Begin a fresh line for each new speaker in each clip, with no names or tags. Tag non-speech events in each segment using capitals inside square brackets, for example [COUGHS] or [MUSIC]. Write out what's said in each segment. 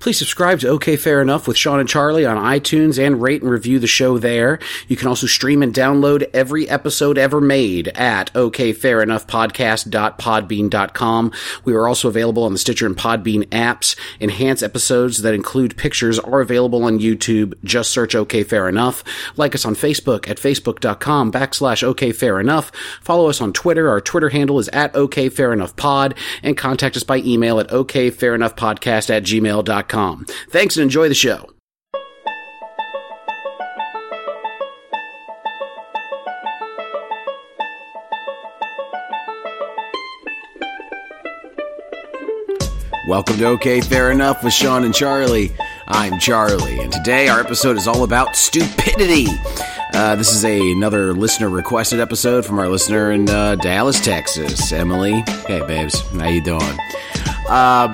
Please subscribe to OK Fair Enough with Sean and Charlie on iTunes and rate and review the show there. You can also stream and download every episode ever made at okfairenoughpodcast.podbean.com. We are also available on the Stitcher and Podbean apps. Enhance episodes that include pictures are available on YouTube. Just search OK Fair Enough. Like us on Facebook at facebook.com backslash OK Fair Enough. Follow us on Twitter. Our Twitter handle is at OK Fair Enough Pod and contact us by email at okfairenoughpodcast at gmail.com. Thanks and enjoy the show. Welcome to OK Fair Enough with Sean and Charlie. I'm Charlie, and today our episode is all about stupidity. Uh, this is a, another listener requested episode from our listener in uh, Dallas, Texas, Emily. Hey, babes, how you doing? Uh,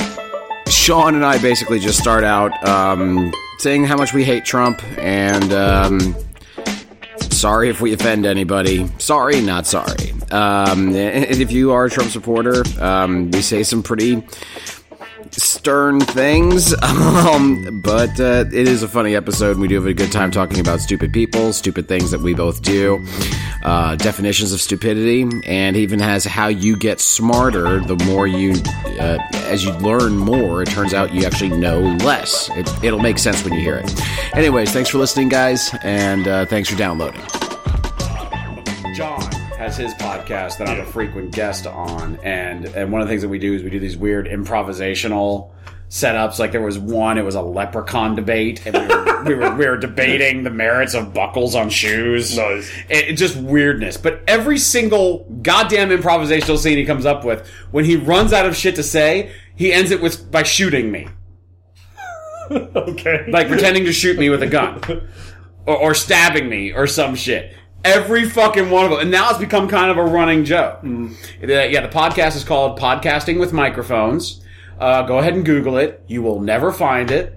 Sean and I basically just start out um, saying how much we hate Trump and um, sorry if we offend anybody. Sorry, not sorry. Um, and if you are a Trump supporter, um, we say some pretty stern things. [LAUGHS] Um, but uh, it is a funny episode. and We do have a good time talking about stupid people, stupid things that we both do, uh, definitions of stupidity, and even has how you get smarter the more you, uh, as you learn more, it turns out you actually know less. It, it'll make sense when you hear it. Anyways, thanks for listening, guys, and uh, thanks for downloading. John has his podcast that I'm a frequent guest on, and and one of the things that we do is we do these weird improvisational setups. Like there was one, it was a leprechaun debate, and we were we were, we were debating the merits of buckles on shoes.
Nice.
And it, just weirdness. But every single goddamn improvisational scene he comes up with, when he runs out of shit to say, he ends it with by shooting me,
[LAUGHS] Okay.
like pretending to shoot me with a gun, or, or stabbing me, or some shit. Every fucking one of them, and now it's become kind of a running joke. Uh, yeah, the podcast is called "Podcasting with Microphones." Uh, go ahead and Google it. You will never find it.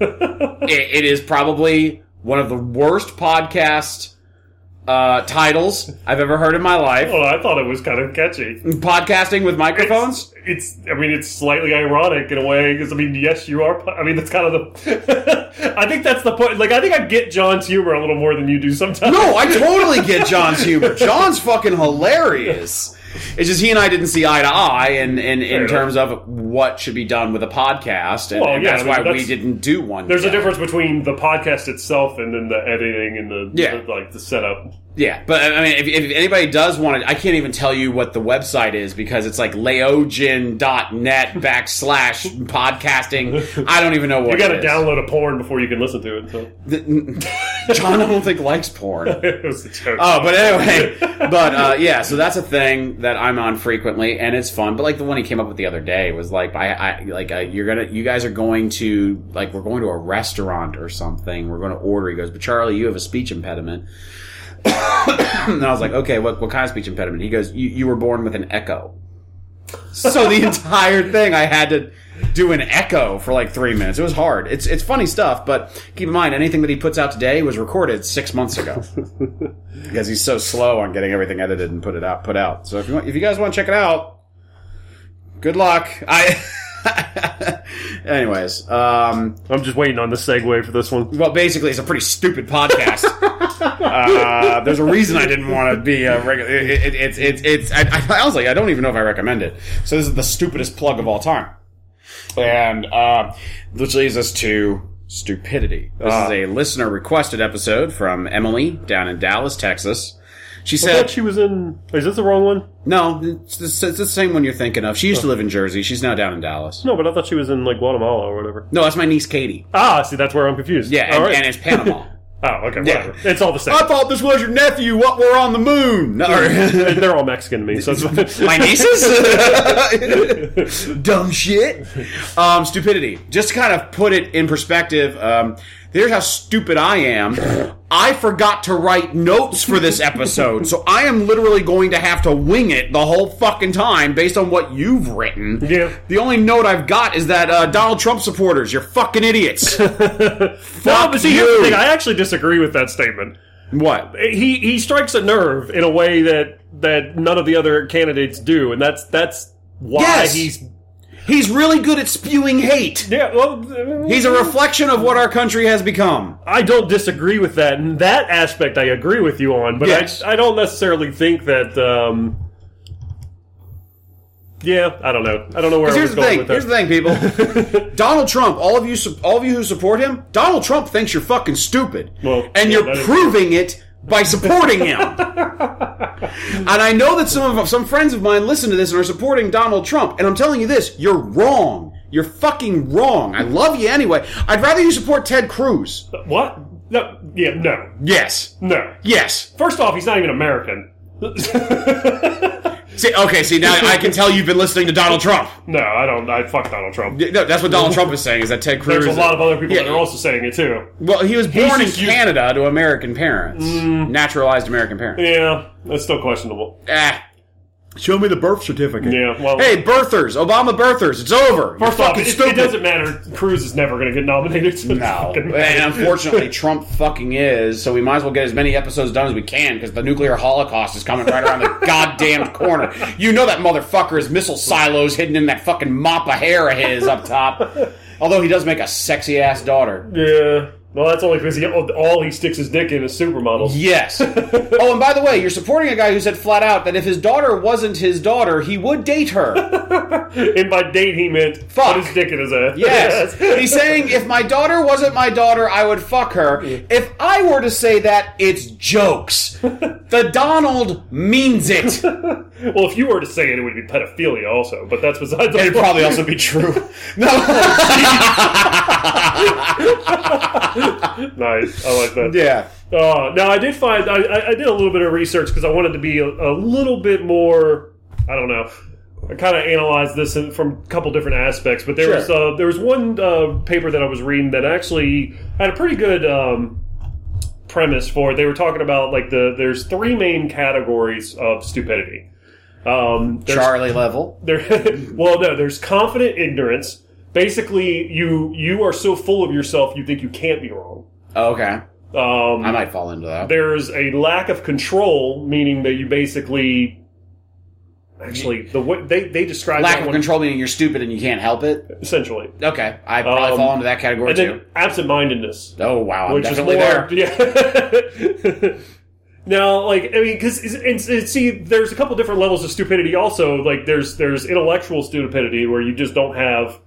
it, it is probably one of the worst podcast uh, titles I've ever heard in my life.
well, I thought it was kind of catchy.
Podcasting with microphones?
It's, I mean, it's slightly ironic in a way because I mean, yes, you are. po- I mean, that's kind of the. [LAUGHS] I think that's the point. Like, I think I get John's humor a little more than you do sometimes.
No, I totally get John's humor. John's fucking hilarious. It's just he and I didn't see eye to eye, and, and in
enough.
terms of what should be done with a podcast, and,
Well,
and
yeah,
that's
I mean,
why we
that's-
didn't do one.
There's a
yet.
difference between the podcast itself and then the editing and the,
Yeah.
the- like the setup.
Yeah, but I mean, if, if anybody does want to, I can't even tell you what the website is because it's like laogen.net backslash podcasting. I don't even know what
You got to
it is.
download a porn before you can listen to it. So.
[LAUGHS]
[LAUGHS]
John, I don't think likes porn.
it was a joke.
Oh, but anyway, but uh, yeah, so that's a thing that I'm on frequently, and it's fun. But like the one he came up with the other day was like, I, I like uh, you're gonna, you guys are going to like we're going to a restaurant or something. We're going to order. He goes, but Charlie, you have a speech impediment. [COUGHS] and I was like, okay, what what kind of speech impediment? He goes, you you were born with an echo. So the [LAUGHS] entire thing, I had to do an echo for like three minutes. It was hard. It's it's funny stuff, but keep in mind anything that he puts out today was recorded six months ago because he's so slow on getting everything edited and put it out put out. So if you want, if you guys want to check it out, good luck. I. [LAUGHS] Anyways, um,
I'm just waiting on the segue for this one.
well, basically, it's a pretty stupid podcast. uh, there's a reason I didn't want to be a regular. It, it, it's it's it's. I, I was like, I don't even know if I recommend it. So this is the stupidest plug of all time, and uh, which leads us to stupidity. This is a listener requested episode from Emily down in Dallas, Texas. She
I
said
thought she was in. Is this the wrong one?
no, it's the, it's the same one you're thinking of. She used to live in Jersey. She's now down in Dallas.
No, but I thought she was in like Guatemala or whatever.
No, that's my niece Katie.
Ah, see, that's where I'm confused.
Yeah,
All
and,
right.
and it's Panama.
Oh, okay,
Yeah.
whatever. It's all the
[LAUGHS]
same. [LAUGHS]
I thought this was your nephew. What we're on the moon? No, or-
They're all Mexican to
[LAUGHS]
me, so it's
my
[LAUGHS]
nieces? Dumb shit. Um, stupidity. Just to kind of put it in perspective, um, here's how stupid I am. I forgot to write notes for this episode, so I am literally going to have to wing it the whole fucking time based on what you've written.
Yeah.
The only note I've got is that uh, Donald Trump supporters, you're fucking
[LAUGHS]
idiots.
no,
Fuck
but see, here's
you.
the thing. I actually disagree with that statement.
what?
He he strikes a nerve in a way that that none of the other candidates do, and that's that's why
Yes.
he's
He's really good at spewing hate.
Yeah, well,
He's a reflection of what our country has become.
I don't disagree with that, and that aspect I agree with you on, but
Yes.
I, I don't necessarily think that. Um, yeah, I don't know. I don't know where I
Here's
was
the
going
thing.
with that.
Here's the thing, people.
[LAUGHS]
Donald Trump. All of you, su- all of you who support him, Donald Trump thinks you're fucking stupid,
Well,
and
yeah,
you're
that is-
proving it
[LAUGHS]
by supporting him. and I know that some of some friends of mine listen to this and are supporting Donald Trump. And I'm telling you this: you're wrong. You're fucking wrong. I love you anyway. I'd rather you support Ted Cruz.
What? No. Yeah. No.
Yes.
No.
Yes.
First off, he's not even American. [LAUGHS]
See, okay. See, now I can tell you've been listening to Donald Trump.
No, I don't. I fuck Donald Trump.
No, that's what Donald Trump is saying. Is that Ted Cruz?
There's a lot of other people
Yeah.
that are also saying it too.
Well, he was born in
just used-
Canada to American parents,
Mm.
naturalized American parents.
Yeah, that's still questionable.
Ah. Show me the birth certificate.
Yeah. Well,
Hey, birthers, Obama birthers, it's over. You're
first off,
fucking
it,
stupid.
it doesn't matter. Cruz is never going to get nominated. So [LAUGHS]
No, and unfortunately, Trump fucking is. So we might as well get as many episodes done as we can because the nuclear holocaust is coming right
[LAUGHS]
around the goddamn corner. You know that motherfucker is missile silos hidden in that fucking mop of hair of his up
[LAUGHS]
top. Although he does make a sexy ass daughter.
Yeah. Well, that's only because he, oh, all he sticks his dick in is supermodels. [LAUGHS]
Yes. oh, and by the way, you're supporting a guy who said flat out that if his daughter wasn't his daughter, he would date
[LAUGHS]
her.
And by date, he meant
Fuck.
put his dick in his ass. [LAUGHS]
Yes. He's saying if my daughter wasn't my daughter, I would fuck her. If I were to say that, it's jokes.
[LAUGHS]
The Donald means it.
Well, if you were to say it, it would be pedophilia also, but that's besides the
It'd
point.
probably also be true. No.
[LAUGHS] Nice. I like that.
yeah.
Uh, now, I did find, I, I- I did a little bit of research because I wanted to be a, a little bit more, I don't know. I kind of analyzed this in, from a couple different aspects, but there
Sure.
was uh, there was one uh, paper that I was reading that actually had a pretty good um, premise for it. They were talking about like the there's three main categories of stupidity. Um, there's
Charlie level.
there [LAUGHS] well no there's confident ignorance basically you you are so full of yourself you think you can't be wrong
Okay.
um,
I might fall into that.
there's a lack of control meaning that you basically actually the way they, they describe
Lack
that
of
one
control meaning you're stupid and you can't help it.
essentially
Okay. I probably
Um,
fall into that category
and then
too.
absent-mindedness
Oh, wow. I'm
which is
definitely
more
there.
yeah [LAUGHS] now like i mean because see there's a couple different levels of stupidity also like there's there's intellectual stupidity where you just don't have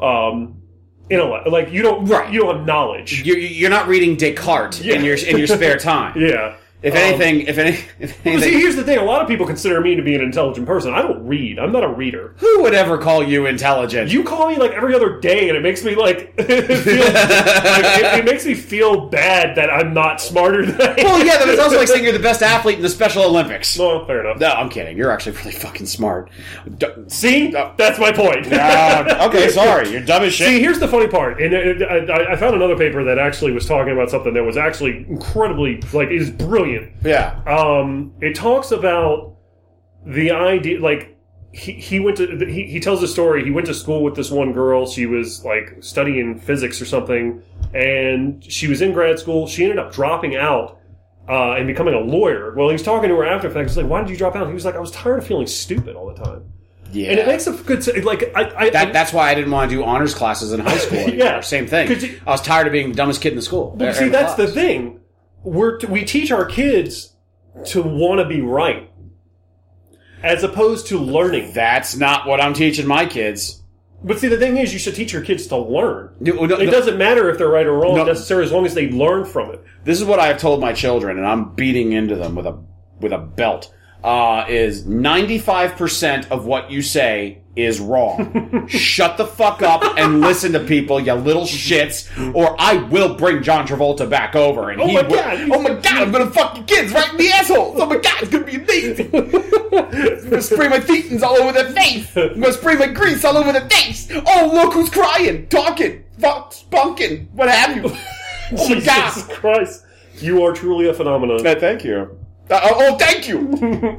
um intellect like you don't
Right.
you don't have knowledge
You're, you're not reading Descartes in your in your
[LAUGHS]
spare time.
yeah
If anything, if any, [LAUGHS] if
But see,
anything,
here's the thing. A lot of people consider me to be an intelligent person. I don't read. I'm not a reader.
who would ever call you intelligent?
You call me like every other day, and it makes me like, [LAUGHS] feel, like it, it makes me feel bad that I'm not smarter than. I am.
well, yeah, that was also like saying you're the best athlete in the Special Olympics. No,
Well, fair enough.
I'm kidding. You're actually really fucking smart. [LAUGHS] D-
See, that's my point.
uh, okay, sorry, you're dumb as
See,
shit.
here's the funny part, and uh, I, I found another paper that actually was talking about something that was actually incredibly, like, is brilliant.
Yeah,
Um, it talks about the idea, like, he, he went to he, he tells a story he went to school with this one girl she was like studying physics or something and she was in grad school she ended up dropping out uh, and becoming a lawyer well he's talking to her after the fact he's like why did you drop out he was like i was tired of feeling stupid all the time and it
yeah.
makes a good se- like i, I
That, that's why I didn't want to do honors classes in [LAUGHS] high school. anymore.
Yeah.
same thing.
Could you-
I was tired of being the dumbest kid in the school.
Well,
er,
see,
in
that's the
class.
thing. We're we teach our kids to want to be right, as opposed to learning.
That's not what I'm teaching my kids.
But see, the thing is, you should teach your kids to learn.
No, no,
It
no.
doesn't matter if they're right or wrong
No.
necessarily, as long as they learn from it.
this is what I've told my children, and I'm beating into them with a with a belt. Uh, is ninety five percent of what you say is
[LAUGHS]
wrong. Shut the fuck up and listen to people, you little shits, or I will bring John Travolta back over. And oh he
my
will,
God.
oh my god, I'm gonna fuck your kids right in the assholes. Oh my god, it's gonna be amazing. I'm gonna spray my thetans all over their face. I'm gonna spray my grease all over their face. Oh look who's crying, talking, fuck, spunking, what have you. Oh my
Jesus
god.
Christ, you are truly a phenomenon.
thank you. Uh, oh, oh, thank
[LAUGHS]
you.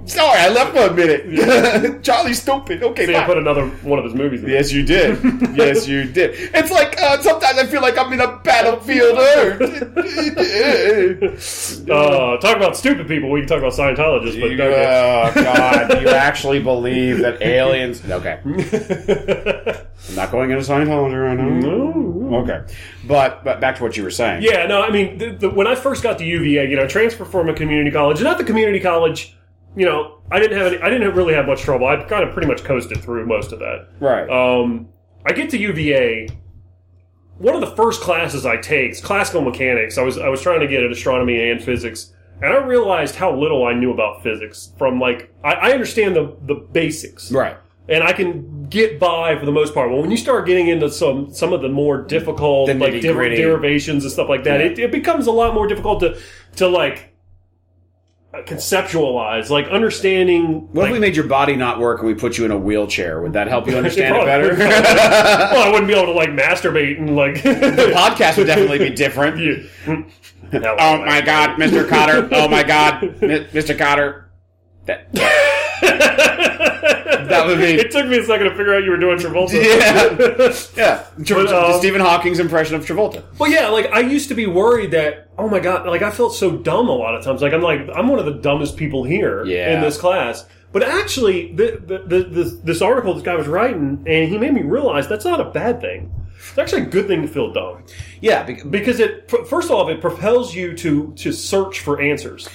Sorry, I left for a minute. [LAUGHS] Charlie's stupid. Okay,
See, I
fine.
put another one of his movies in.
Yes, you
[LAUGHS]
did. yes, you did. It's like uh, sometimes I feel like I'm in a battlefield
[LAUGHS]
Earth.
Uh, talk about stupid people. We can talk about Scientologists, but
You-
don't
oh
[LAUGHS]
God! You actually believe that aliens? Okay, I'm
get-
not going into Scientology right now. Okay, but but back to what you were saying.
yeah, no, I mean, the, the, when I first got to UVA, you know, I transferred from a community college, and at the community college, you know, I didn't have any, I didn't really have much trouble. I kind of pretty much coasted through most of that.
Right.
Um, I get to UVA. One of the first classes I take is classical mechanics. I was I was trying to get at astronomy and physics, and I realized how little I knew about physics. From like I, I understand the the basics,
right.
and I can get by for the most part. Well, when you start getting into some some of the more difficult
The
like der-
nitty-gritty.
derivations and stuff like that, it, it becomes a lot more difficult to to like conceptualize, like understanding.
What
like,
if we made your body not work and we put you in a wheelchair? Would that help you
[LAUGHS]
understand it better?
Probably. well, I wouldn't be able to like masturbate and like. [LAUGHS]
the podcast would definitely be different.
you.
Oh my God, Mr. Cotter! Oh my God, Mi- Mr. Cotter! That,
that
would be-
[LAUGHS] It took me a second to figure out you were doing Travolta.
[LAUGHS] Yeah. yeah, Tra-
But, um,
Stephen Hawking's impression of Travolta.
[LAUGHS] Well, yeah, like I used to be worried that oh my god, like I felt so dumb a lot of times. Like I'm like I'm one of the dumbest people here
Yeah.
in this class. But actually, the, the, the, this, this article this guy was writing, and he made me realize that's not a bad thing. It's actually a good thing to feel dumb
Yeah, bec-
because it f- first off it propels you to to search for answers.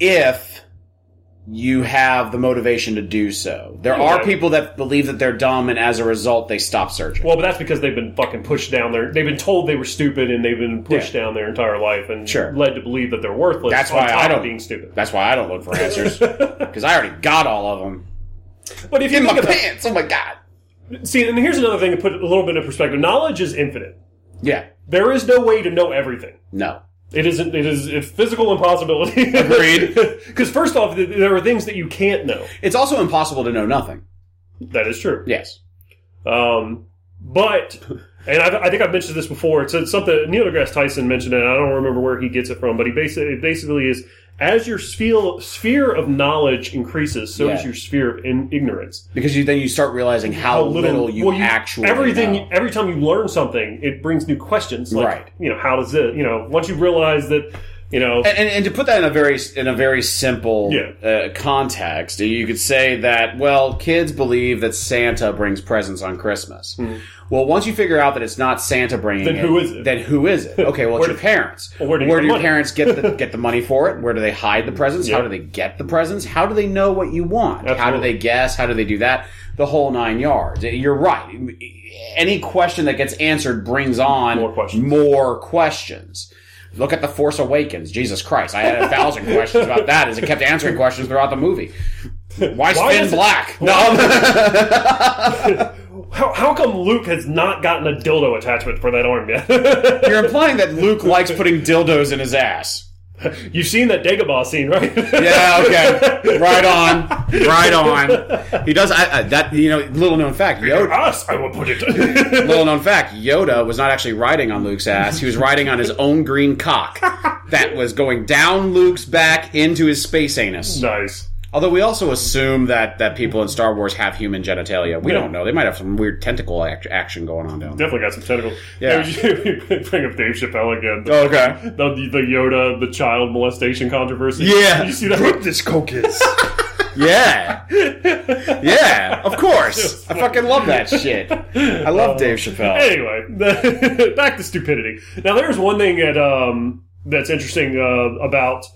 if you have the motivation to do so. There
Yeah.
are people that believe that they're dumb, and as a result, they stop searching.
Well, but that's because they've been fucking pushed down there. They've been told they were stupid, and they've been pushed down their entire life and
Sure.
led to believe that they're worthless.
That's
on
why
top
I
of
don't-
being stupid.
That's why I don't look for [LAUGHS] answers because I already got all of them
But if you
in my
think about,
pants. Oh my god!
see, and here's another thing to put a little bit of perspective: knowledge is infinite.
Yeah,
There is no way to know everything.
no.
It isn't. It is a physical impossibility. [LAUGHS]
Agreed.
Because first off, th- there are things that you can't know.
It's also impossible to know nothing.
That is true.
Yes.
Um, but, and I, I think I've mentioned this before. It's, it's something Neil deGrasse Tyson mentioned it. and I don't remember where he gets it from, but he basically it basically is as your sphere sphere of knowledge increases, so
Yeah.
does your sphere of in, ignorance.
Because you then you start realizing how, little, you actually
everything
know.
every time you learn something, it brings new questions. Like,
Right.
You know, how does it? You know, once you realize that, you know,
And, and, and to put that in a very in a very simple
Yeah.
uh, context, you could say that well, kids believe that Santa brings presents on Christmas. Well, once you figure out that it's not Santa bringing,
Hmm. Then
it,
who is it?
Then who is it? Okay, well, it's
[LAUGHS] Where
your
do-
parents.
Well, where do you get the
your
money?
parents get
[LAUGHS]
the get the money for it? Where do they hide the presents? How
Yeah.
do they get the presents? How do they know what you want? How do
Absolutely.
they guess? How do they do that? The whole nine yards. You're right. Any question that gets answered brings on
More questions.
more questions. Look at The Force Awakens. Jesus Christ. I had a thousand questions about that as it kept answering questions throughout the movie. Why, spin
is it-
black?
[LAUGHS]
no.
how, how come Luke has not gotten a dildo attachment for that arm
[LAUGHS]
yet? [LAUGHS]
You're implying that Luke likes putting dildos in his ass.
You've seen that Dagobah scene, right?
Yeah, okay. Right on. Right on. He does. I, I, that, you know, little known fact. Yoda,
[LAUGHS] Us, I will put it. [LAUGHS]
Little known fact: Yoda was not actually riding on Luke's ass; he was riding on his own green cock that was going down Luke's back into his space anus.
nice.
Although we also assume that that people in Star Wars have human genitalia, we
Yeah.
don't know. They might have some weird tentacle act- action going on down there.
Definitely got some tentacles.
Yeah.
[LAUGHS]
Oh.
Bring up Dave Chappelle again. The,
Okay.
the, the Yoda, the child molestation controversy.
Yeah.
You see that?
this coke is.
[LAUGHS]
yeah. Yeah. Of course. I fucking love that
[LAUGHS]
shit. I love
Oh,
Dave Chappelle.
Anyway, [LAUGHS] back to stupidity. Now, there's one thing that um, that's interesting uh, about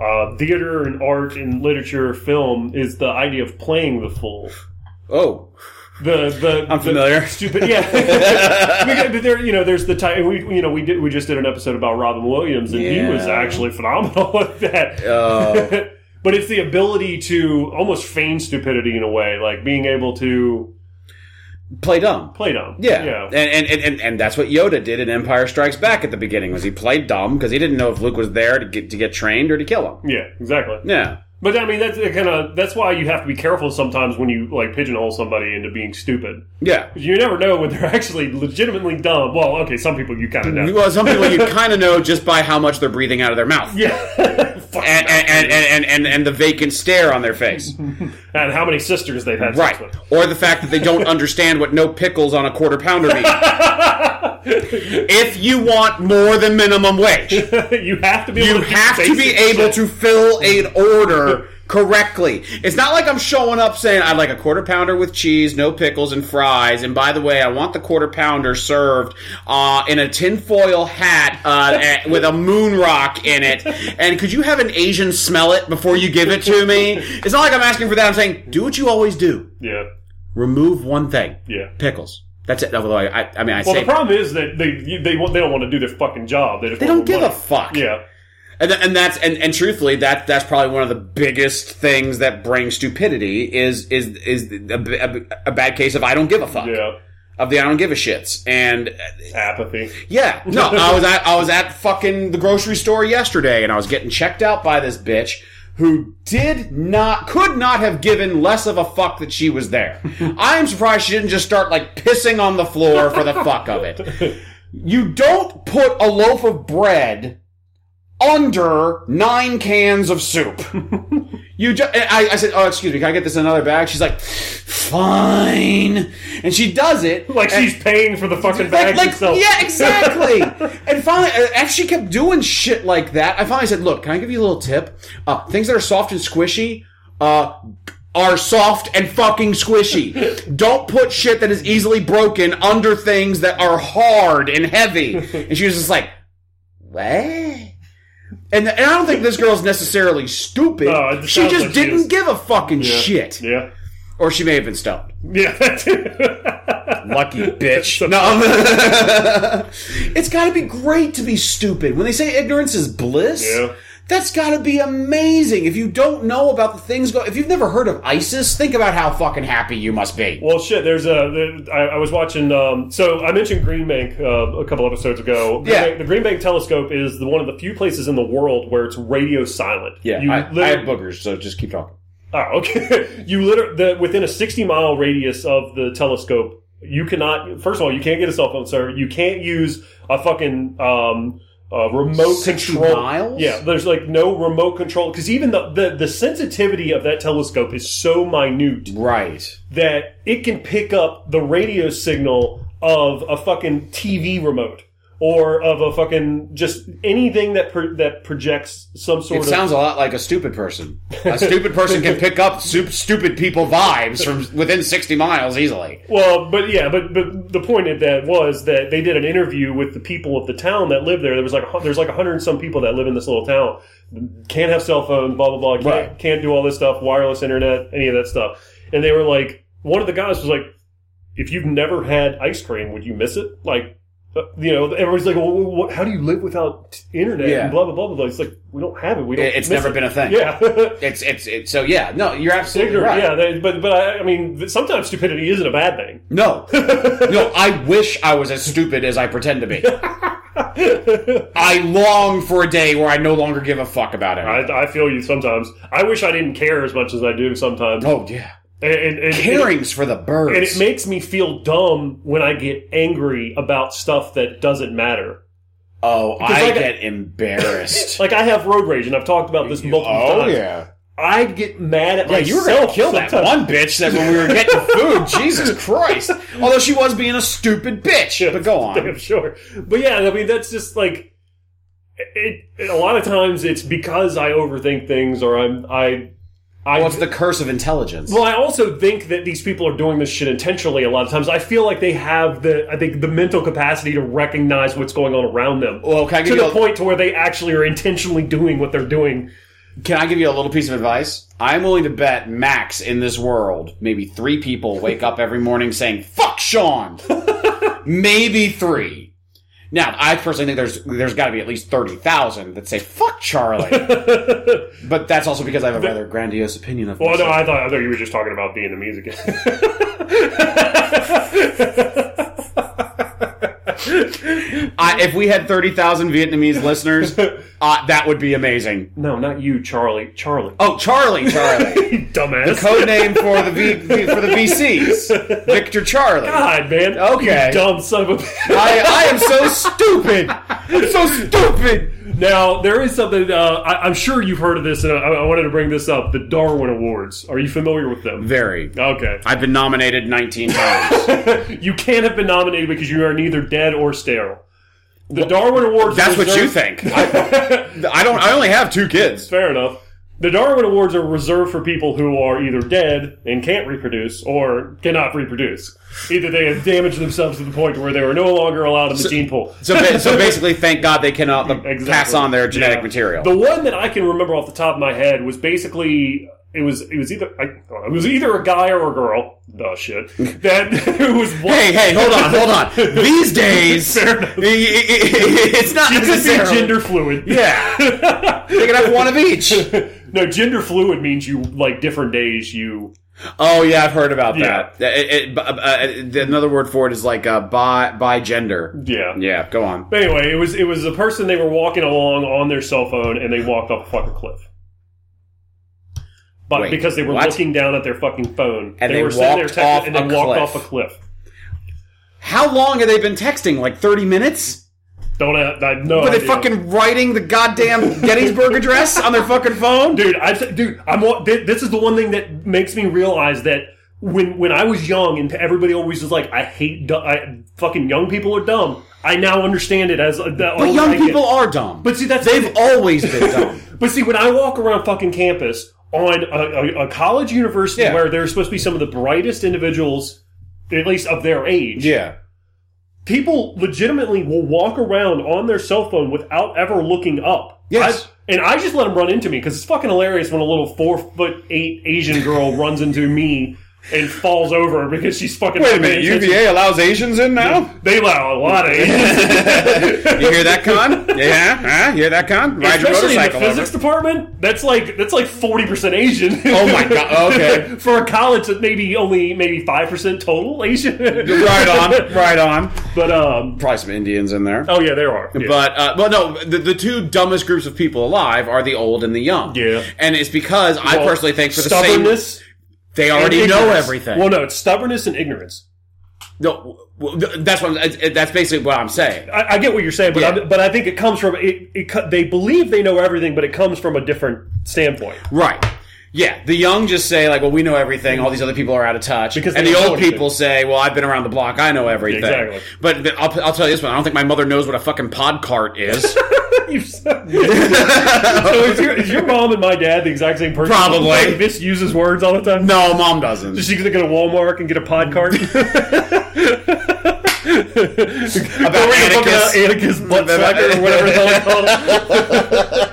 uh, theater and art and literature, film is the idea of playing the fool.
Oh.
the the
I'm
the
familiar.
stupid yeah [LAUGHS] Because- but there you know there's the type we you know we did we just did an episode about Robin Williams and he
Yeah.
was actually phenomenal [LAUGHS] at that
Oh.
[LAUGHS] but it's the ability to almost feign stupidity in a way like being able to
Play dumb.
play dumb
Yeah.
yeah
And, and, and, and, and that's what Yoda did in Empire Strikes Back at the beginning was he played dumb because he didn't know if Luke was there to get to get trained or to kill him.
yeah exactly
Yeah.
but I mean that's kind of that's why you have to be careful sometimes when you like pigeonhole somebody into being stupid
Yeah.
you never know when they're [LAUGHS] actually legitimately dumb well okay some people you kind of
[LAUGHS]
know
Well, some people you kind of know just by how much they're breathing out of their mouth.
yeah [LAUGHS] fucking
and and, and, and, and and the vacant stare on their face.
and how many sisters they've had
Right.
sex
Or the fact that they don't understand what no pickles on a quarter pounder mean. if you want more than minimum wage,
with. [LAUGHS] you have to be able
you
to do
have to be
basic
able
shit.
to fill an
Mm-hmm.
order correctly. It's not like I'm showing up saying I'd like a quarter pounder with cheese, no pickles, and fries. And by the way, I want the quarter pounder served uh, in a tinfoil hat uh,
[LAUGHS]
and- with a moon rock in it. And could you have an Asian smell it before you give it to me? It's not like I'm asking for that. I'm saying do what you always do.
Yeah.
Remove one thing.
Yeah.
Pickles. That's it. Although I, I, I mean, I
Well,
say
the problem is that they you- they won't- they don't want to do their fucking job. They, just
they
want
don't
their
give a
money.
fuck.
Yeah.
And, th- and that's and, and truthfully that that's probably one of the biggest things that brings stupidity is is is a, b- a b- a bad case of I don't give a fuck
Yeah.
of the I don't give a shits and uh,
Apathy.
yeah no I was at I was at fucking the grocery store yesterday and I was getting checked out by this bitch who did not could not have given less of a fuck that she was there I'm surprised she didn't just start like pissing on the floor for the fuck of it you don't put a loaf of bread under nine cans of soup. you just, I, I said, oh, excuse me, can I get this in another bag? She's like, fine. And she does it.
Like
and-
she's paying for the fucking
like,
bags
like
herself.
yeah, exactly. [LAUGHS] and finally, uh, as she kept doing shit like that, I finally said, "Look, can I give you a little tip? Uh, things that are soft and squishy, uh, are soft and fucking squishy. Don't put shit that is easily broken under things that are hard and heavy." And she was just like, "What?" And, and I don't think this girl's necessarily stupid.
No, Oh, it
she
sounds
just
like she
didn't
is.
give a fucking shit.
[LAUGHS] Yeah.
Or she may have been stoned.
Yeah. [LAUGHS]
Lucky bitch. no, [LAUGHS] it's got to be great to be stupid. When they say ignorance is bliss,
Yeah.
that's got to be amazing. If you don't know about the things go, if you've never heard of ISIS, think about how fucking happy you must be.
Well, shit. There's a. There, I, I was watching. Um, so I mentioned Green Bank uh, a couple episodes ago. Green
Yeah.
Bank- the Green Bank telescope is the, one of the few places in the world where it's radio silent. You literally-
boogers, so just keep talking.
Oh, okay. [LAUGHS] you literally the, within a sixty mile radius of the telescope, you cannot. First of all, you can't get a cell phone service. You can't use a fucking um, uh, remote
60
control.
miles?
Yeah, there's like no remote control because even the, the the sensitivity of that telescope is so minute
Right.
that it can pick up the radio signal of a fucking TV remote or of a fucking just anything that pro- that projects some sort
It
of
sounds a lot like a stupid person.
[LAUGHS]
A stupid person can pick up su- stupid people vibes from within 60 miles easily.
Well, but yeah, but but the point of that was that they did an interview with the people of the town that live there. There was like a hun- there's like a hundred and some people that live in this little town. Can't have cell phones, blah blah blah. Can't,
Right.
can't do all this stuff, wireless internet, any of that stuff. And they were like, one of the guys was like, if you've never had ice cream, would you miss it? Like, uh, you know, everybody's like, well, what, how do you live without t- internet?
Yeah.
And blah blah blah blah. blah. It's like we don't have it. We don't.
It- It's
miss
never
it.
been a thing.
Yeah. [LAUGHS]
It's, it's, it's, so yeah, no, you're absolutely right.
Ignorant, Yeah, they, but but I, I mean, sometimes stupidity isn't a bad thing. [LAUGHS]
No. No, I wish I was as stupid as I pretend to be.
[LAUGHS]
I long for a day where I no longer give a fuck about it.
I, I feel you sometimes. I wish I didn't care as much as I do sometimes.
oh, yeah.
And, and, and,
Herrings for the birds.
and it makes me feel dumb when I get angry about stuff that doesn't matter.
oh, I
like a-
get embarrassed.
[LAUGHS] Like I have road rage, and I've talked about this multiple
oh,
times.
yeah.
I get mad at
Yeah,
myself.
you were going to kill that
sometimes.
one bitch that when we were getting
[LAUGHS]
food. Jesus Christ. Although she was being a stupid bitch. But go on.
[LAUGHS] Damn sure. But yeah, I mean that's just like it, it- A lot of times it's because I overthink things, or I'm I I
What's the curse of intelligence?
Well, I also think that these people are doing this shit intentionally. A lot of times, I feel like they have the I think the mental capacity to recognize what's going on around them
Well, can I
to
give you
the
a-
point to where they actually are intentionally doing what they're doing.
Can I give you a little piece of advice? I'm willing to bet max in this world, maybe three people wake up every morning saying, fuck
[LAUGHS]
Sean! maybe three. Now, I personally think there's there's got to be at least 30,000 that say, fuck
[LAUGHS]
Charlie. but that's also because I have a rather grandiose opinion of
Well,
myself.
Oh, no, I thought I thought you were just talking about Vietnamese again. [LAUGHS]
I, if we had 30,000
[LAUGHS]
Vietnamese listeners, uh, that would be amazing.
no, not you, Charlie. Charlie,
Oh, Charlie, Charlie.
[LAUGHS] you dumbass.
Code name for the, v, for the
[LAUGHS]
VCs. Victor Charlie.
God, man.
Okay.
[LAUGHS] You dumb son of a. [LAUGHS]
I, I am so stupid. I'm so stupid.
Now there is something uh, I, I'm sure you've heard of this, and I, I wanted to bring this up. The Darwin Awards. Are you familiar with them?
Very.
Okay.
I've been nominated 19
[LAUGHS]
times.
you can't have been nominated because you are neither dead or sterile. The Darwin Awards.
That's what you
reserved- [LAUGHS]
think. I, I don't. I only have two kids.
Fair enough. The Darwin Awards are reserved for people who are either dead and can't reproduce or cannot reproduce. Either they have damaged themselves to the point where they are no longer allowed in the gene pool.
So, ba-
[LAUGHS]
so basically, thank God they cannot the-
Exactly.
pass on their genetic
Yeah.
material.
The one that I can remember off the top of my head was basically it was it was either I, it was either a guy or a girl. Oh shit! [LAUGHS] That who was white.
hey, hey, hold on, hold
[LAUGHS]
on. These days, [LAUGHS] i- i- i- it's not
It could be
necessarily
gender fluid.
Yeah, they can have one of each.
[LAUGHS] No, gender fluid means you like different days. You
Oh yeah, I've heard about
Yeah.
that. It- it- b- uh, uh, another word for it is like uh, by by gender.
yeah.
Yeah, go on.
But anyway, it was it was a person they were walking along on their cell phone and they walked off a fucking cliff. But
Wait,
because they were
what?
looking down at their fucking phone,
And they
were sitting there
walked off
texting and
a
they walked
cliff.
off a cliff.
How long have they been texting? Like thirty minutes?
Don't I, I no.
Were they
idea.
fucking writing the goddamn Gettysburg Address on their fucking phone?
dude? I dude, I'm wa- thi- this is the one thing that makes me realize that when when I was young and everybody always was like, I hate du- I, fucking young people are dumb. I now understand it as uh, the
But
older I
young
get.
people are dumb.
But see, that's
they've always been dumb.
But see, when I walk around fucking campus on a, a, a college university
Yeah.
where there's supposed to be some of the brightest individuals, at least of their age,
[LAUGHS] yeah.
people legitimately will walk around on their cell phone without ever looking up.
Yes.
I- and I just let them run into me because it's fucking hilarious when a little four foot eight Asian girl [LAUGHS] runs into me and falls over because she's fucking. not paying attention.
allows Asians in now?
They allow a
[LAUGHS]
lot of Asians,
You hear that, Con? Yeah, huh? You hear that, Con? Ride your
especially in the
motorcycle over.
physics department. That's like that's like forty percent Asian.
[LAUGHS] Oh my God, okay.
[LAUGHS] For a college that maybe only maybe five percent total Asian.
Right
[LAUGHS]
on, right on.
But um,
Probably some Indians in there.
oh yeah, there are. Yeah.
But uh, well, no, the, the two dumbest groups of people alive are the old and the young.
Yeah.
and it's because I
Well,
personally think for the same,
stubbornness.
they already
and
know
ignorance.
everything.
Well, no, it's stubbornness and ignorance.
no, well, th- that's what I'm- it- that's basically what I'm saying.
I, I get what you're saying, but
Yeah.
I, but I think it comes from it, it. co- They believe they know everything, but it comes from a different standpoint. [LAUGHS]
Right. Yeah, the young just say like, "Well, we know everything. All these other people are out of touch."
Because
and
they
the
don't know
old
anything.
people say, "Well, I've been around the block. I know everything."
Exactly.
But, but I'll, I'll tell you this one: I don't think my mother knows what a fucking pod cart
[LAUGHS]
is.
You've said-
[LAUGHS]
so is your, is your mom and my dad the exact same person?
Probably.
Like, misuses words all the time.
no, mom doesn't.
She's gonna go to Walmart and get a
[LAUGHS]
pod cart. [LAUGHS] About
Atticus. [LAUGHS]
Anarchist butt sucker or whatever the hell it's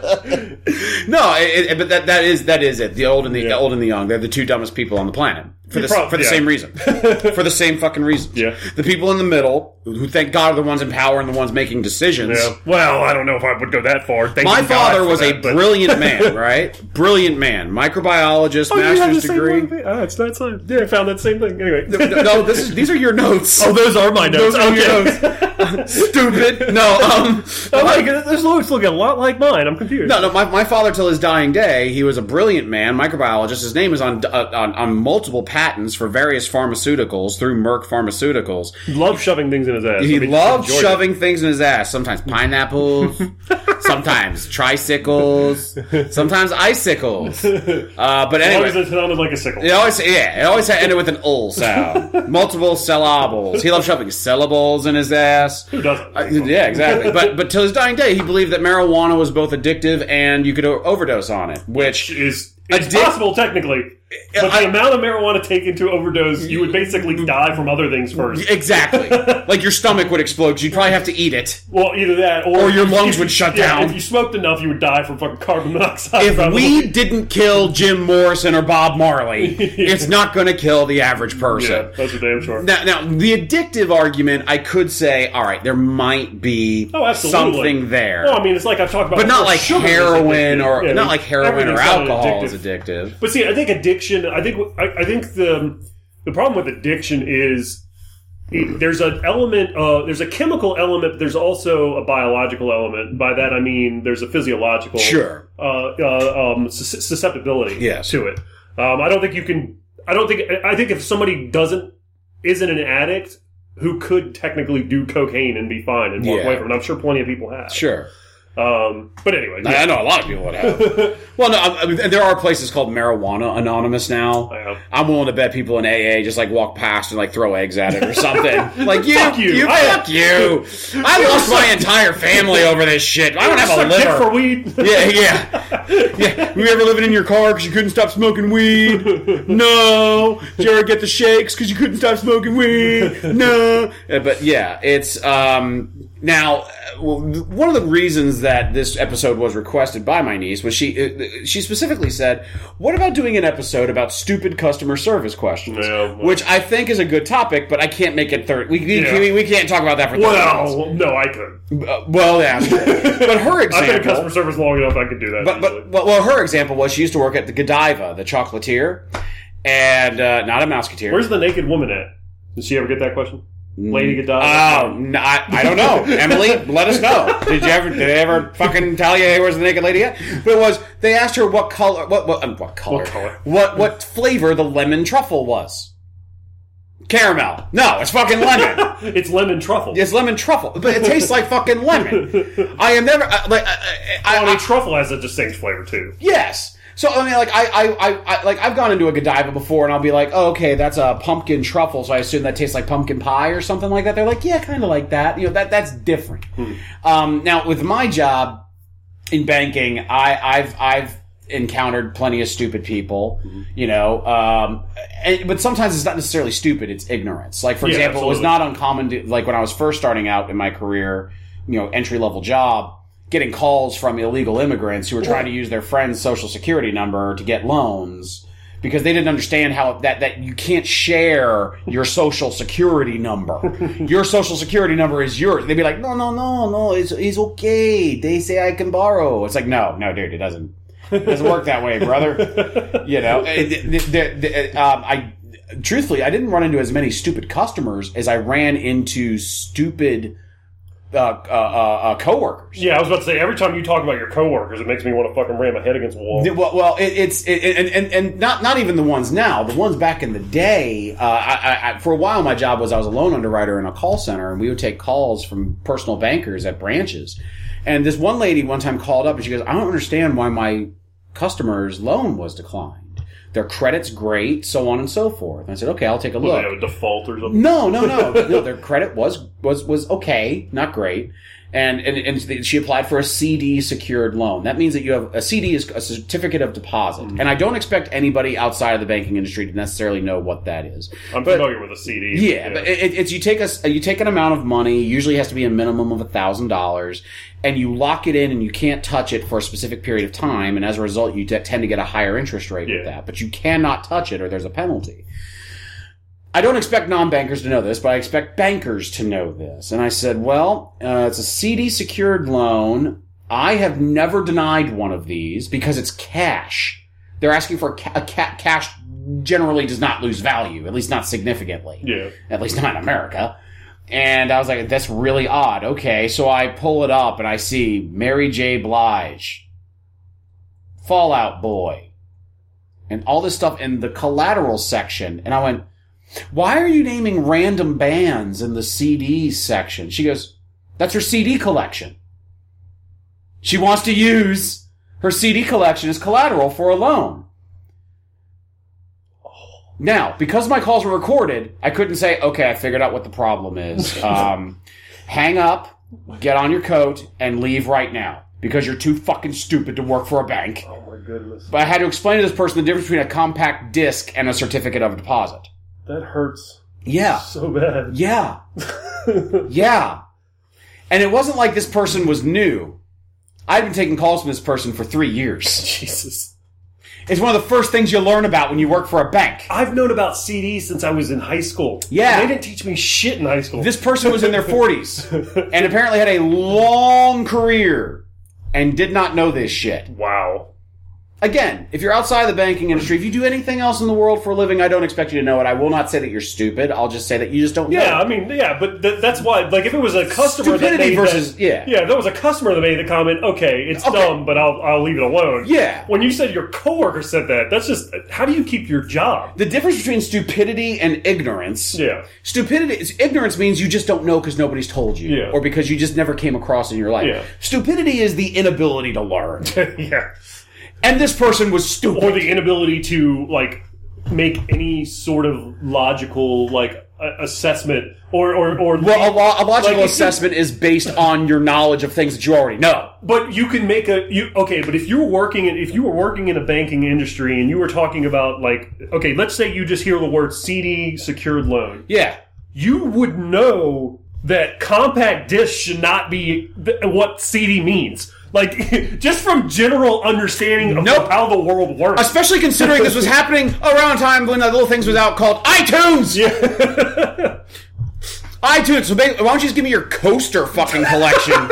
called.
No, it, it, but that, that is that is it. The old and the,
Yeah.
old and the young. They're the two dumbest people on the planet for the,
prob-
for the
yeah.
same
[LAUGHS]
reason, for the same fucking reason.
Yeah.
The people in the middle, who who thank God are the ones in power and the ones making decisions.
Yeah. Well, I don't know if I would go that far. Thank
My
you God
father
for
was
that,
a
but-
brilliant man, [LAUGHS] right? Brilliant man, microbiologist,
Oh, you have
master's
the same
degree.
one? Oh, it's that same. Yeah, I found that same thing. Anyway. [LAUGHS]
No, this is, these are your notes.
Oh, those are my
Those
notes.
are your
okay.
notes. Stupid. No, um,
[LAUGHS] oh my god, those looks look a lot like mine. I'm confused.
No, no. My, my father, till his dying day, he was a brilliant man, microbiologist. His name is on, uh, on on multiple patents for various pharmaceuticals through Merck Pharmaceuticals.
Love shoving things in his ass.
He
I mean,
loved
enjoyed it.
shoving things in his ass. Sometimes
[LAUGHS]
pineapples, sometimes tricycles, sometimes icicles. Uh, but
As long as
anyway.
it sounded like a sickle.
It always, yeah, it always ended with an "ul"
[LAUGHS]
sound. Multiple syllables. He loved shoving syllables in his ass.
Who doesn't?
Uh, yeah, exactly. But but till his dying day, he believed that marijuana was both addictive and you could o- overdose on it. Which
is it's
dick-
possible technically, but
I- Mm-hmm.
the amount of marijuana taken to overdose, you would basically die from other things first. [LAUGHS]
exactly, like your stomach would explode. 'cause You'd probably have to eat it.
Well, either that or,
Or your lungs
if-
would shut
yeah,
down.
If you smoked enough, you would die from fucking carbon monoxide.
If
probably.
we didn't kill Jim Morrison or Bob
[LAUGHS]
Marley, it's not going to kill the average person. [LAUGHS]
yeah, that's a damn sure.
Now, now, the addictive argument, I could say, all right, there might be
Oh, absolutely.
something there,
No, I mean it's like I've talked about,
but not
before,
like
sugar is
heroin
addictive.
or
Yeah, I
not
mean,
like heroin or
everything's not an
alcohol
addictive-
is addictive.
But see, I think addiction. I think I, I think the the problem with addiction is it- there's an element. Uh, there's a chemical element. But there's also a biological element. By that I mean there's a physiological
Sure.
uh, uh, um, sus- susceptibility
Yes.
to it. Um, I don't think you can. I don't think. I think if somebody doesn't isn't an addict who could technically do cocaine and be fine and walk
Yeah.
away from it, I'm sure plenty of people have.
Sure.
Um, but anyway,
I
yeah.
know a lot of people would have. [LAUGHS] well, no, I I mean, there are places called Marijuana Anonymous now.
Yeah.
I'm willing to bet people in AA just like walk past and like throw eggs at it or [LAUGHS] something. like you,
Fuck you. I-
fuck [LAUGHS] you. I lost my entire family over this shit. I don't have a
Suck dick
liver.
for weed.
[LAUGHS] yeah, yeah, yeah. You ever living in your car because you couldn't stop smoking weed? No. Did you ever get the shakes because you couldn't stop smoking weed? No. Uh, But yeah, it's um now uh, well, th- one of the reasons that this episode was requested by my niece was she uh, uh, she specifically said, "What about doing an episode about stupid customer service questions?"
Yeah, well-
Which I think is a good topic, but I can't make it third. We, we,
Yeah.
we, we can't talk about that for 30 minutes.
Well, no, I could.
Uh, well,
[LAUGHS]
yeah. but her example.
I've been in customer service long enough. I could do that.
But, but,
easily.
but well, her example was she used to work at the Godiva, the chocolatier, and uh, not a mouseketeer.
where's the naked woman at? Did she ever get that question? Lady Godiva.
Mm. Oh, n- I, I don't know. Emily, let us know. Did you ever? Did they ever fucking tell you hey, where's the naked lady at? But it was they asked her what color, what what, um, what color,
What color?
what what flavor the lemon truffle was. Caramel. No, it's fucking
[LAUGHS]
lemon.
[LAUGHS] it's lemon truffle. [LAUGHS]
it's lemon truffle, but it tastes like fucking lemon. I am never I, like I, I,
I
I,
mean, truffle has a distinct flavor too.
Yes. So I mean, like I, I, I, I like I've gone into a Godiva before, and I'll be like, oh, okay, that's a pumpkin truffle, so I assume that tastes like pumpkin pie or something like that. They're like, yeah, kind of like that. You know, that that's different.
Hmm.
Um, now with my job in banking, I, I've, I've encountered plenty of stupid people.
Hmm.
You know, um, and, but sometimes it's not necessarily stupid; it's ignorance. Like for
Yeah,
example, it was
absolutely.
not uncommon to like when I was first starting out in my career, you know, entry level job, getting calls from illegal immigrants who were trying to use their friend's social security number to get loans because they didn't understand how that that you can't share your social security number. your social security number is yours. They'd be like, "No, no, no, no, it's it's okay. They say I can borrow." It's like, "No, no, dude, it doesn't it doesn't work that way, brother. You know, eh, th- th- th- th- um, I truthfully, I didn't run into as many stupid customers as I ran into stupid uh, uh, uh, uh, coworkers.
Yeah, I was about to say. Every time you talk about your coworkers, it makes me want to fucking ram my head against a wall.
Th- Well, well, it, it's it, and, and and not not even the ones now. The ones back in the day. Uh, I, I, I, for a while, my job was I was a loan underwriter in a call center, and we would take calls from personal bankers at branches. And this one lady one time called up, and she goes, "I don't understand why my customer's loan was declined. Their credit's great, so on and so forth." And I said, "Okay, I'll take a
They
look."
have a default or something.
No, no, no, [LAUGHS] no. Their credit was was was okay, not great. And, and and she applied for a CD secured loan. That means that you have a CD is a certificate of deposit. And I don't expect anybody outside of the banking industry to necessarily know what that is.
I'm
But-
familiar with a CD.
Yeah, but it, it's you take us you take an amount of money. Usually has to be a minimum of a thousand dollars, and you lock it in, and you can't touch it for a specific period of time. And as a result, you t- tend to get a higher interest rate with
Yeah.
that. But you cannot touch it, or there's a penalty. I don't expect non-bankers to know this, but I expect bankers to know this. And I said, well, uh, it's a CD secured loan. I have never denied one of these because it's cash. They're asking for a ca- a ca- cash generally does not lose value, at least not significantly
yeah,
at least not in America. And I was like, that's really odd. Okay, so I pull it up and I see Mary J. Blige, Fallout Boy, and all this stuff in the collateral section. And I went, why are you naming random bands in the CD section? She goes, that's her CD collection. She wants to use her CD collection as collateral for a loan. Now, because my calls were recorded, I couldn't say, okay, I figured out what the problem is. Um, hang up, get on your coat, and leave right now because you're too fucking stupid to work for a bank.
Oh my goodness,
But I had to explain to this person the difference between a compact disc and a certificate of deposit.
that hurts
Yeah.
so bad.
Yeah. yeah. And it wasn't like this person was new. I'd been taking calls from this person for three years.
[LAUGHS] Jesus,
It's one of the first things you learn about when you work for a bank.
I've known about CDs since I was in high school.
Yeah.
they didn't teach me shit in high school.
This person was in their 40s and apparently had a long career and did not know this shit.
wow,
Again, if you're outside the banking industry, if you do anything else in the world for a living, I don't expect you to know it. I will not say that you're stupid. I'll just say that you just don't know.
Yeah, I mean, yeah, but th- that's why. Like, if it was a customer that
Stupidity
made
versus-
that,
yeah.
yeah, if that was a customer that made the comment. Okay, it's
Okay.
dumb, but I'll I'll leave it alone.
Yeah.
When you said your coworker said that, that's just how do you keep your job?
The difference between stupidity and ignorance.
Yeah.
Stupidity is ignorance means you just don't know because nobody's told you,
Yeah.
or because you just never came across in your life.
Yeah.
Stupidity is the inability to
[LAUGHS]
learn,
[LAUGHS] yeah.
and this person was stupid.
Or the inability to like make any sort of logical like a- assessment or or or
well, a, lo- a logical
Like, [LAUGHS] if you-
assessment is based on your knowledge of things that you already know.
But you can make a you okay. But if you're working in if you were working in a banking industry and you were talking about like okay, let's say you just hear the word CD secured loan,
Yeah,
you would know that compact disc should not be th- what CD means. Like [LAUGHS] just from general understanding of
Nope.
how the world works.
especially considering this was happening around time when the little things was out called iTunes. Yeah. [LAUGHS] iTunes. So ba- why don't you just give me your coaster fucking
[LAUGHS]
collection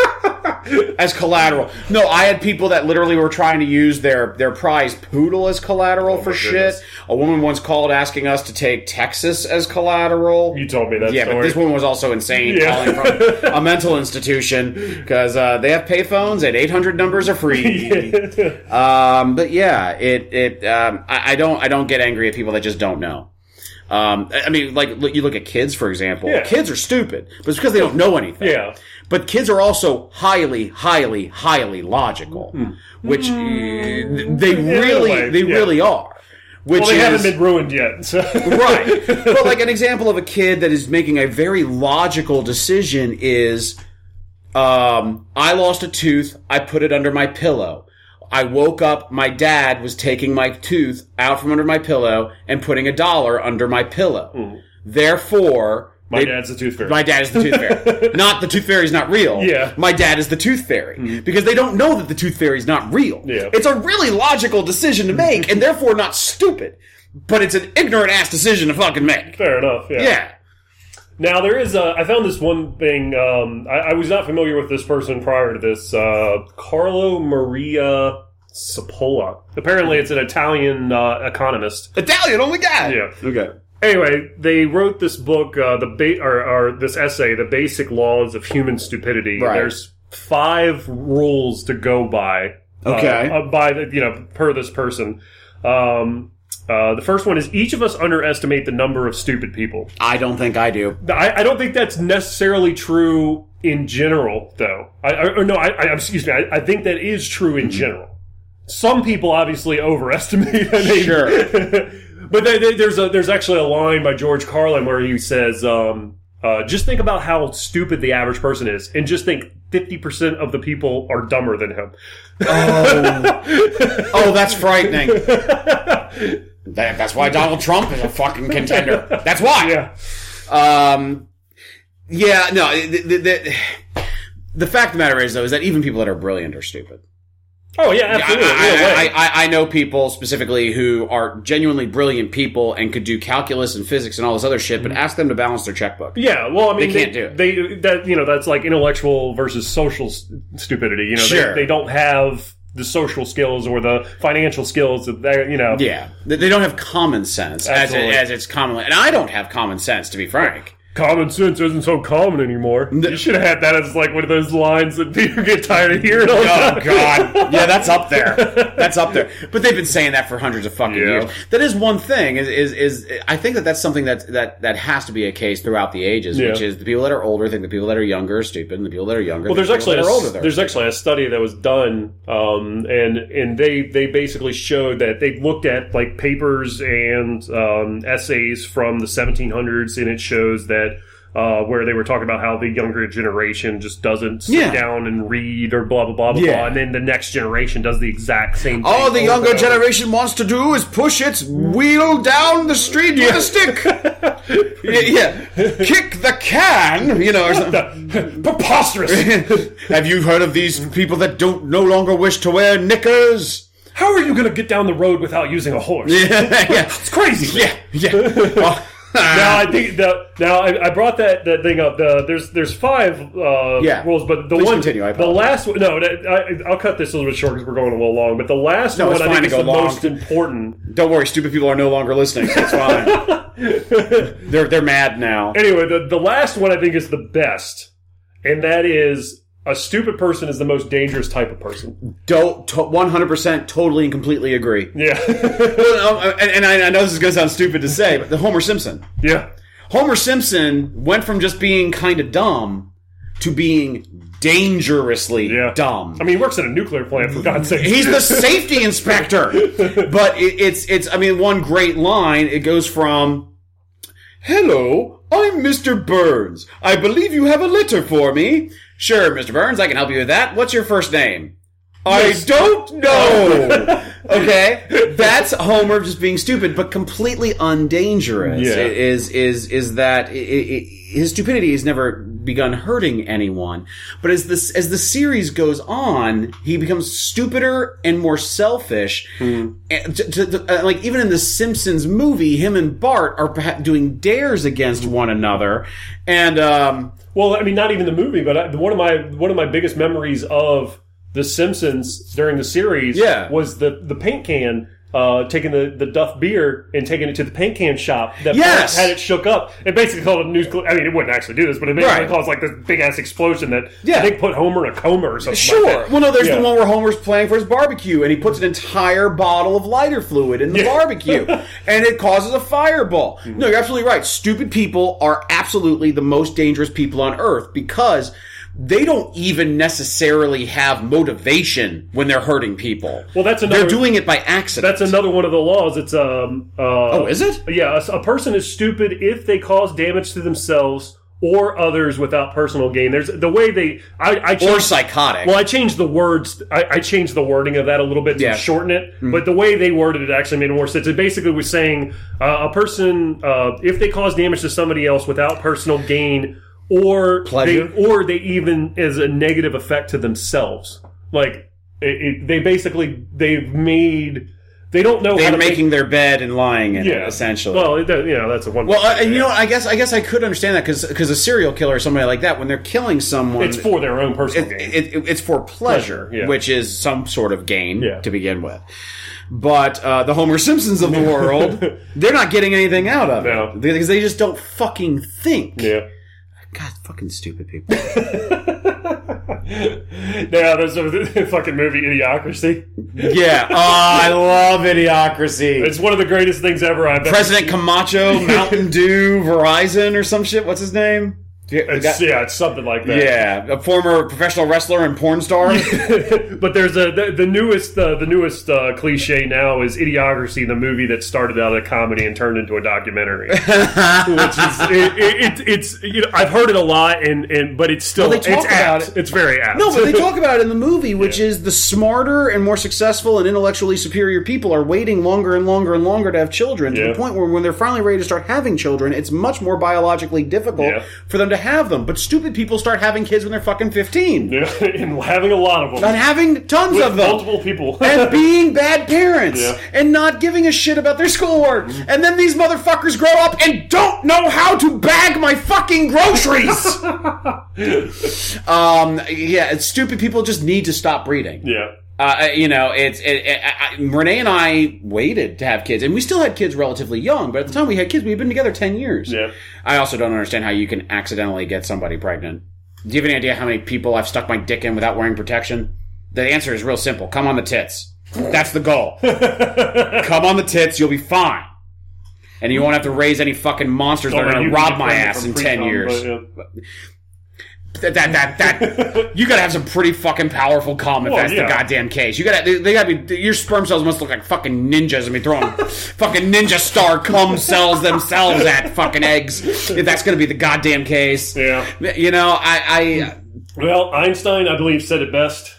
as collateral? No, I had people that literally were trying to use their their prize poodle as collateral for
Oh goodness.
shit. A woman once called asking us to take Texas as collateral.
you told me that
Yeah,
story.
but this woman was also insane,
Yeah.
calling
[LAUGHS]
from a mental institution because uh, they have payphones and 800 numbers are
[LAUGHS]
free. Um, but yeah, it it um, I, I don't I don't get angry at people that just don't know. Um, I I mean, like look, you look at kids for example.
Yeah.
Kids are stupid, but it's because they don't know anything.
[LAUGHS] Yeah.
But kids are also highly, highly, highly logical, which uh, they
a
really
way,
they
Hmm. yeah.
really are. Which
well, they
is,
haven't been ruined yet. [LAUGHS] So.
[LAUGHS] right. But like an example of a kid that is making a very logical decision is, um, I lost a tooth. I put it under my pillow. I woke up. My dad was taking my tooth out from under my pillow and putting a dollar under my pillow. Therefore,
My
they-
dad's a tooth fairy.
my dad is the tooth
[LAUGHS]
fairy. not the tooth fairy's not real.
Yeah. Hmm.
My dad is the tooth fairy. Because they don't know that the tooth fairy's not real.
Yeah.
It's a really logical decision to make and therefore not stupid. But it's an ignorant ass decision to fucking make.
Fair enough.
Yeah.
Now there is a. I found this one thing. Um, I, I was not familiar with this person prior to this. Uh, Carlo Maria Cipolla. Apparently, it's an Italian uh, economist.
Italian only guy.
Yeah.
Okay.
Anyway, they wrote this book, uh, the ba- or, or this essay, "The Basic Laws of Human Stupidity."
Right.
There's five rules to go by. uh,
Okay.
uh, by the- you know per this person. Um, uh, the first one is each of us underestimate the number of stupid people.
I don't think I do.
I, I don't think that's necessarily true in general, though. I, I, or no, I, I, excuse me. I, I think that is true
Mm-hmm.
in general. Some people obviously overestimate. [LAUGHS] I mean,
Sure.
but there- there- there's a, there's actually a line by George Carlin where he says, um, uh, "Just think about how stupid the average person is, and just think." 50% of the people are dumber than him.
Oh, that's
[LAUGHS]
frightening. That- that's why Donald Trump is a fucking contender. That's why.
Yeah.
Um, yeah, no, the, the, the, the fact of the matter is, though, is that even people that are brilliant are stupid.
Oh, yeah,
I,
absolutely. No way.
I, I, I, I know people specifically who are genuinely brilliant people and could do calculus and physics and all this other shit, but ask them to balance their checkbook.
Mm-hmm. Yeah, well, I mean,
They can't do it.
They that you know that's like intellectual versus social s- stupidity. You know,
Sure.
they, they don't have the social skills or the financial skills that they you know.
Yeah, They- they don't have common sense as, it,
Absolutely.
as it's commonly, and I don't have common sense to be frank.
Common sense isn't so common anymore. You should have had that as like one of those lines that [LAUGHS] people get tired of hearing. All the
Oh
time.
God, yeah, that's up there. That's up there. But they've been saying that for hundreds of fucking
Yeah.
years. That is one thing. Is, is is I think that that's something that that that has to be a case throughout the ages, which
Yeah.
is the people that are older think the people that are younger are stupid, and the people that are younger.
Well, there's actually a,
that are older.
s-
they're
there's actually a study that was done, um, and and they they basically showed that they looked at like papers and um, essays from the 1700s, and it shows that. Uh, where they were talking about how the younger generation just doesn't sit
Yeah.
down and read or blah blah blah blah,
Yeah.
blah, and then the next generation does the exact same. thing.
All the
over
younger
and over.
generation wants to do is push its wheel down the street with a
[LAUGHS]
stick. yeah, yeah. kick the can, you know. Or something.
[LAUGHS] preposterous.
[LAUGHS] Have you heard of these people that don't no longer wish to wear knickers? [LAUGHS]
How are you going to get down the road without using a horse?
yeah,
[LAUGHS]
Oh, ah.
It's crazy.
yeah, yeah. Well,
now I think the, now I, I brought that, that thing up. The, there's there's five uh,
Yeah.
rules, but the
Please
one
continue, I
the
apologize.
last one. No, that- I, I'll cut this a little bit short because we're going a little long. But the last
No, it's
one I
fine
think
to
is
go
the
long.
most important.
Don't worry, stupid people are no longer listening. So it's fine.
[LAUGHS]
they're they're mad now.
Anyway, the, the last one I think is the best, and that is a stupid person is the most dangerous type of person.
Don't one hundred percent totally and completely
[LAUGHS]
agree.
Yeah,
Well, um, and, and I I know this is going to sound stupid to say, but the Homer Simpson.
yeah,
Homer Simpson went from just being kind of dumb to being dangerously
yeah.
dumb.
I mean, he works at a nuclear plant for God's sake.
He's
[LAUGHS]
the safety inspector. But it, it's it's I mean one great line. It goes from "Hello, I'm Mr. Burns. I believe you have a letter for me." Sure, Mr. Burns, I can help you with that. What's your first name? I don't
Oh.
know. [LAUGHS] okay, that's Homer just being stupid, but completely undangerous.
Yeah.
It is is is that i i i his stupidity has never begun hurting anyone, but as this as the series goes on, he becomes stupider and more selfish. And to- to- to- uh, like even in the Simpsons movie, him and Bart are perha- doing dares against one another, and um,
Well, I mean, not even the movie, but I, one of my one of my biggest memories of The Simpsons during the series
Yeah.
was the the paint can. Uh, taking the, the Duff beer and taking it to the paint can shop that
Yes!
had it shook up. It basically called a nuclear. I mean, it wouldn't actually do this, but it basically
Right.
caused like this big ass explosion that
Yeah.
I think put Homer in a coma or something.
Sure.
Like that.
Well, no, there's
Yeah.
the one where Homer's playing for his barbecue and he puts an entire bottle of lighter fluid in the
[LAUGHS]
barbecue and it causes a fireball.
Mm-hmm.
No, you're absolutely right. Stupid people are absolutely the most dangerous people on earth because they don't even necessarily have motivation when they're hurting people.
Well, that's another.
they're doing it by accident.
that's another one of the laws. It's um. Uh,
oh, is it?
Yeah, a, a person is stupid if they cause damage to themselves or others without personal gain. There's the way they. I, I
Or
changed,
psychotic.
well, I changed the words. I, I changed the wording of that a little bit to
Yeah. Mm-hmm.
shorten it. But the way they worded it actually made more sense. It basically was saying uh, a person uh, if they cause damage to somebody else without personal gain or
Pleasure.
they, or they even is a negative effect to themselves. Like it, it, they basically they've made. They don't know how
they're
to make
making their bed and lying in it, essentially.
well, it, you know, that's a one.
Well, uh, and you know, what? I guess I guess I could understand that because a serial killer or somebody like that, when they're killing someone,
it's for their own personal gain.
it, it, it's for pleasure,
Pleasure, yeah.
which is some sort of gain
Yeah.
to begin with. But uh, the Homer Simpsons of the world,
[LAUGHS]
they're not getting anything out of
No.
it because they just don't fucking think.
yeah.
God, fucking stupid people.
Yeah, there's a [LAUGHS] fucking movie, Idiocracy.
yeah, [LAUGHS] oh, I love Idiocracy.
It's one of the greatest things ever. I've ever
President
[LAUGHS]
Camacho, Mountain Dew, Verizon, or some shit. What's his name? Do you- the
It's,
guy-
yeah, it's something like that.
yeah, a former professional wrestler and porn star.
[LAUGHS] but there's a the, the newest uh, the newest uh, cliche now is Idiocracy, the movie that started out a comedy and turned into a
[LAUGHS]
documentary. Which is it, it, it, it's you know I've heard it a lot and, and but it's still
Well, they talk
it's
about
apt.
it.
It's very apt.
No, but
[LAUGHS]
they talk about it in the movie, which is the smarter and more successful and intellectually superior people are waiting longer and longer and longer to have children to
Yeah.
the point where when they're finally ready to start having children, it's much more biologically difficult
Yeah.
for them to have them. But stupid people start having kids when they're fucking 15.
[LAUGHS] and having a lot of them,
And having tons of them.
multiple people.
[LAUGHS] and being bad parents
Yeah.
and not giving a shit about their schoolwork. And then these motherfuckers grow up and don't know how to bag my fucking
[LAUGHS]
groceries. um, yeah, it's stupid people just need to stop breeding.
yeah.
Uh, you know, it's it, it, I, I- Renee and I waited to have kids, and we still had kids relatively young. But at the time we had kids, we had been together ten years.
Yeah.
I also don't understand how you can accidentally get somebody pregnant. Do you have any idea how many people I've stuck my dick in without wearing protection? The answer is real simple: come on the tits. That's the goal. [LAUGHS]
[LAUGHS]
come on the tits, you'll be fine, and you won't have to raise any fucking monsters that are going
Sorry, you
to
can
rob
get
my
pregnant
ass
from
in ten
pre-cum,
years.
but, uh, yeah.
That that that,
[LAUGHS]
that you gotta have some pretty fucking powerful cum if
Well,
that's
yeah.
the goddamn case. You gotta they, they gotta be your sperm cells must look like fucking ninjas and be
[LAUGHS]
throwing fucking ninja star cum cells themselves at fucking eggs if that's gonna be the goddamn case.
Yeah.
you know I
Well, Einstein, I believe, said it best.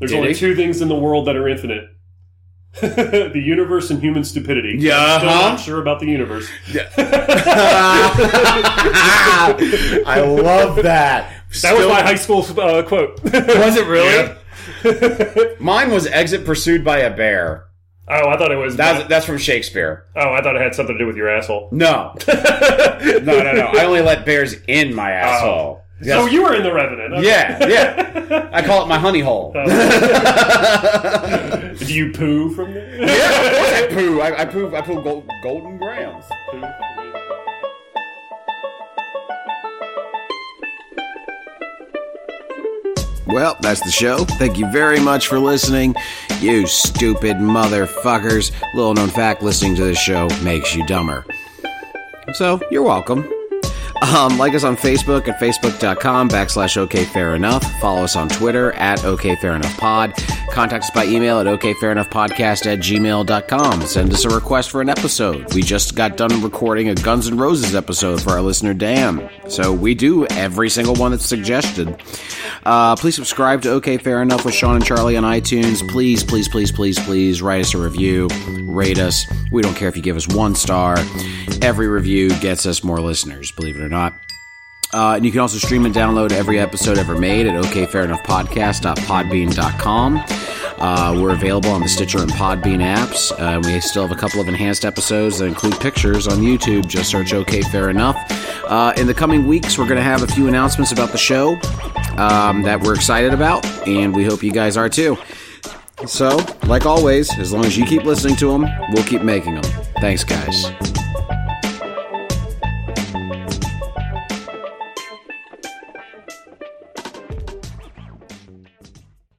There's
Did
only
he?
two things in the world that are infinite. [LAUGHS] the universe and human stupidity.
Yeah, uh-huh.
I'm still
huh?
not sure about the universe.
I I love that.
That was [LAUGHS] my high school uh,
[LAUGHS]
quote.
was it really? Mine was exit pursued by a bear.
Oh, I thought it was.
That's that's from Shakespeare.
oh, I thought it had something to do with your asshole.
No, no, no,
[LAUGHS]
no. I only let bears in my asshole. Yes.
Oh, you were in the Revenant. Okay.
yeah, yeah. I call it my honey hole.
Do you poo from there?
I
[LAUGHS]
poo. I, I poo. I poo gold, golden grams.
Well, that's the show. Thank you very much for listening. You stupid motherfuckers. Little known fact listening to this show makes you dumber. So, you're welcome. Um, like us on Facebook at facebook.com backslash OK Fair Enough. Follow us on Twitter at OK Fair Enough Pod. Contact us by email at OK Fair Enough Podcast at gmail.com. Send us a request for an episode. We just got done recording a Guns N' Roses episode for our listener, Dan. So we do every single one that's suggested. Uh, please subscribe to OK Fair Enough with Sean and Charlie on iTunes. Please, please, please, please, please write us a review, rate us. We don't care if you give us one star. Every review gets us more listeners, believe it or not. Uh, and you can also stream and download every episode ever made at okfairenoughpodcast.podbean.com. Uh, we're available on the Stitcher and Podbean apps. Uh, we still have a couple of enhanced episodes that include pictures on YouTube. Just search OK Fair Enough. Uh, in the coming weeks, we're going to have a few announcements about the show um, that we're excited about, and we hope you guys are too. So, like always, as long as you keep listening to them, we'll keep making them. Thanks, guys.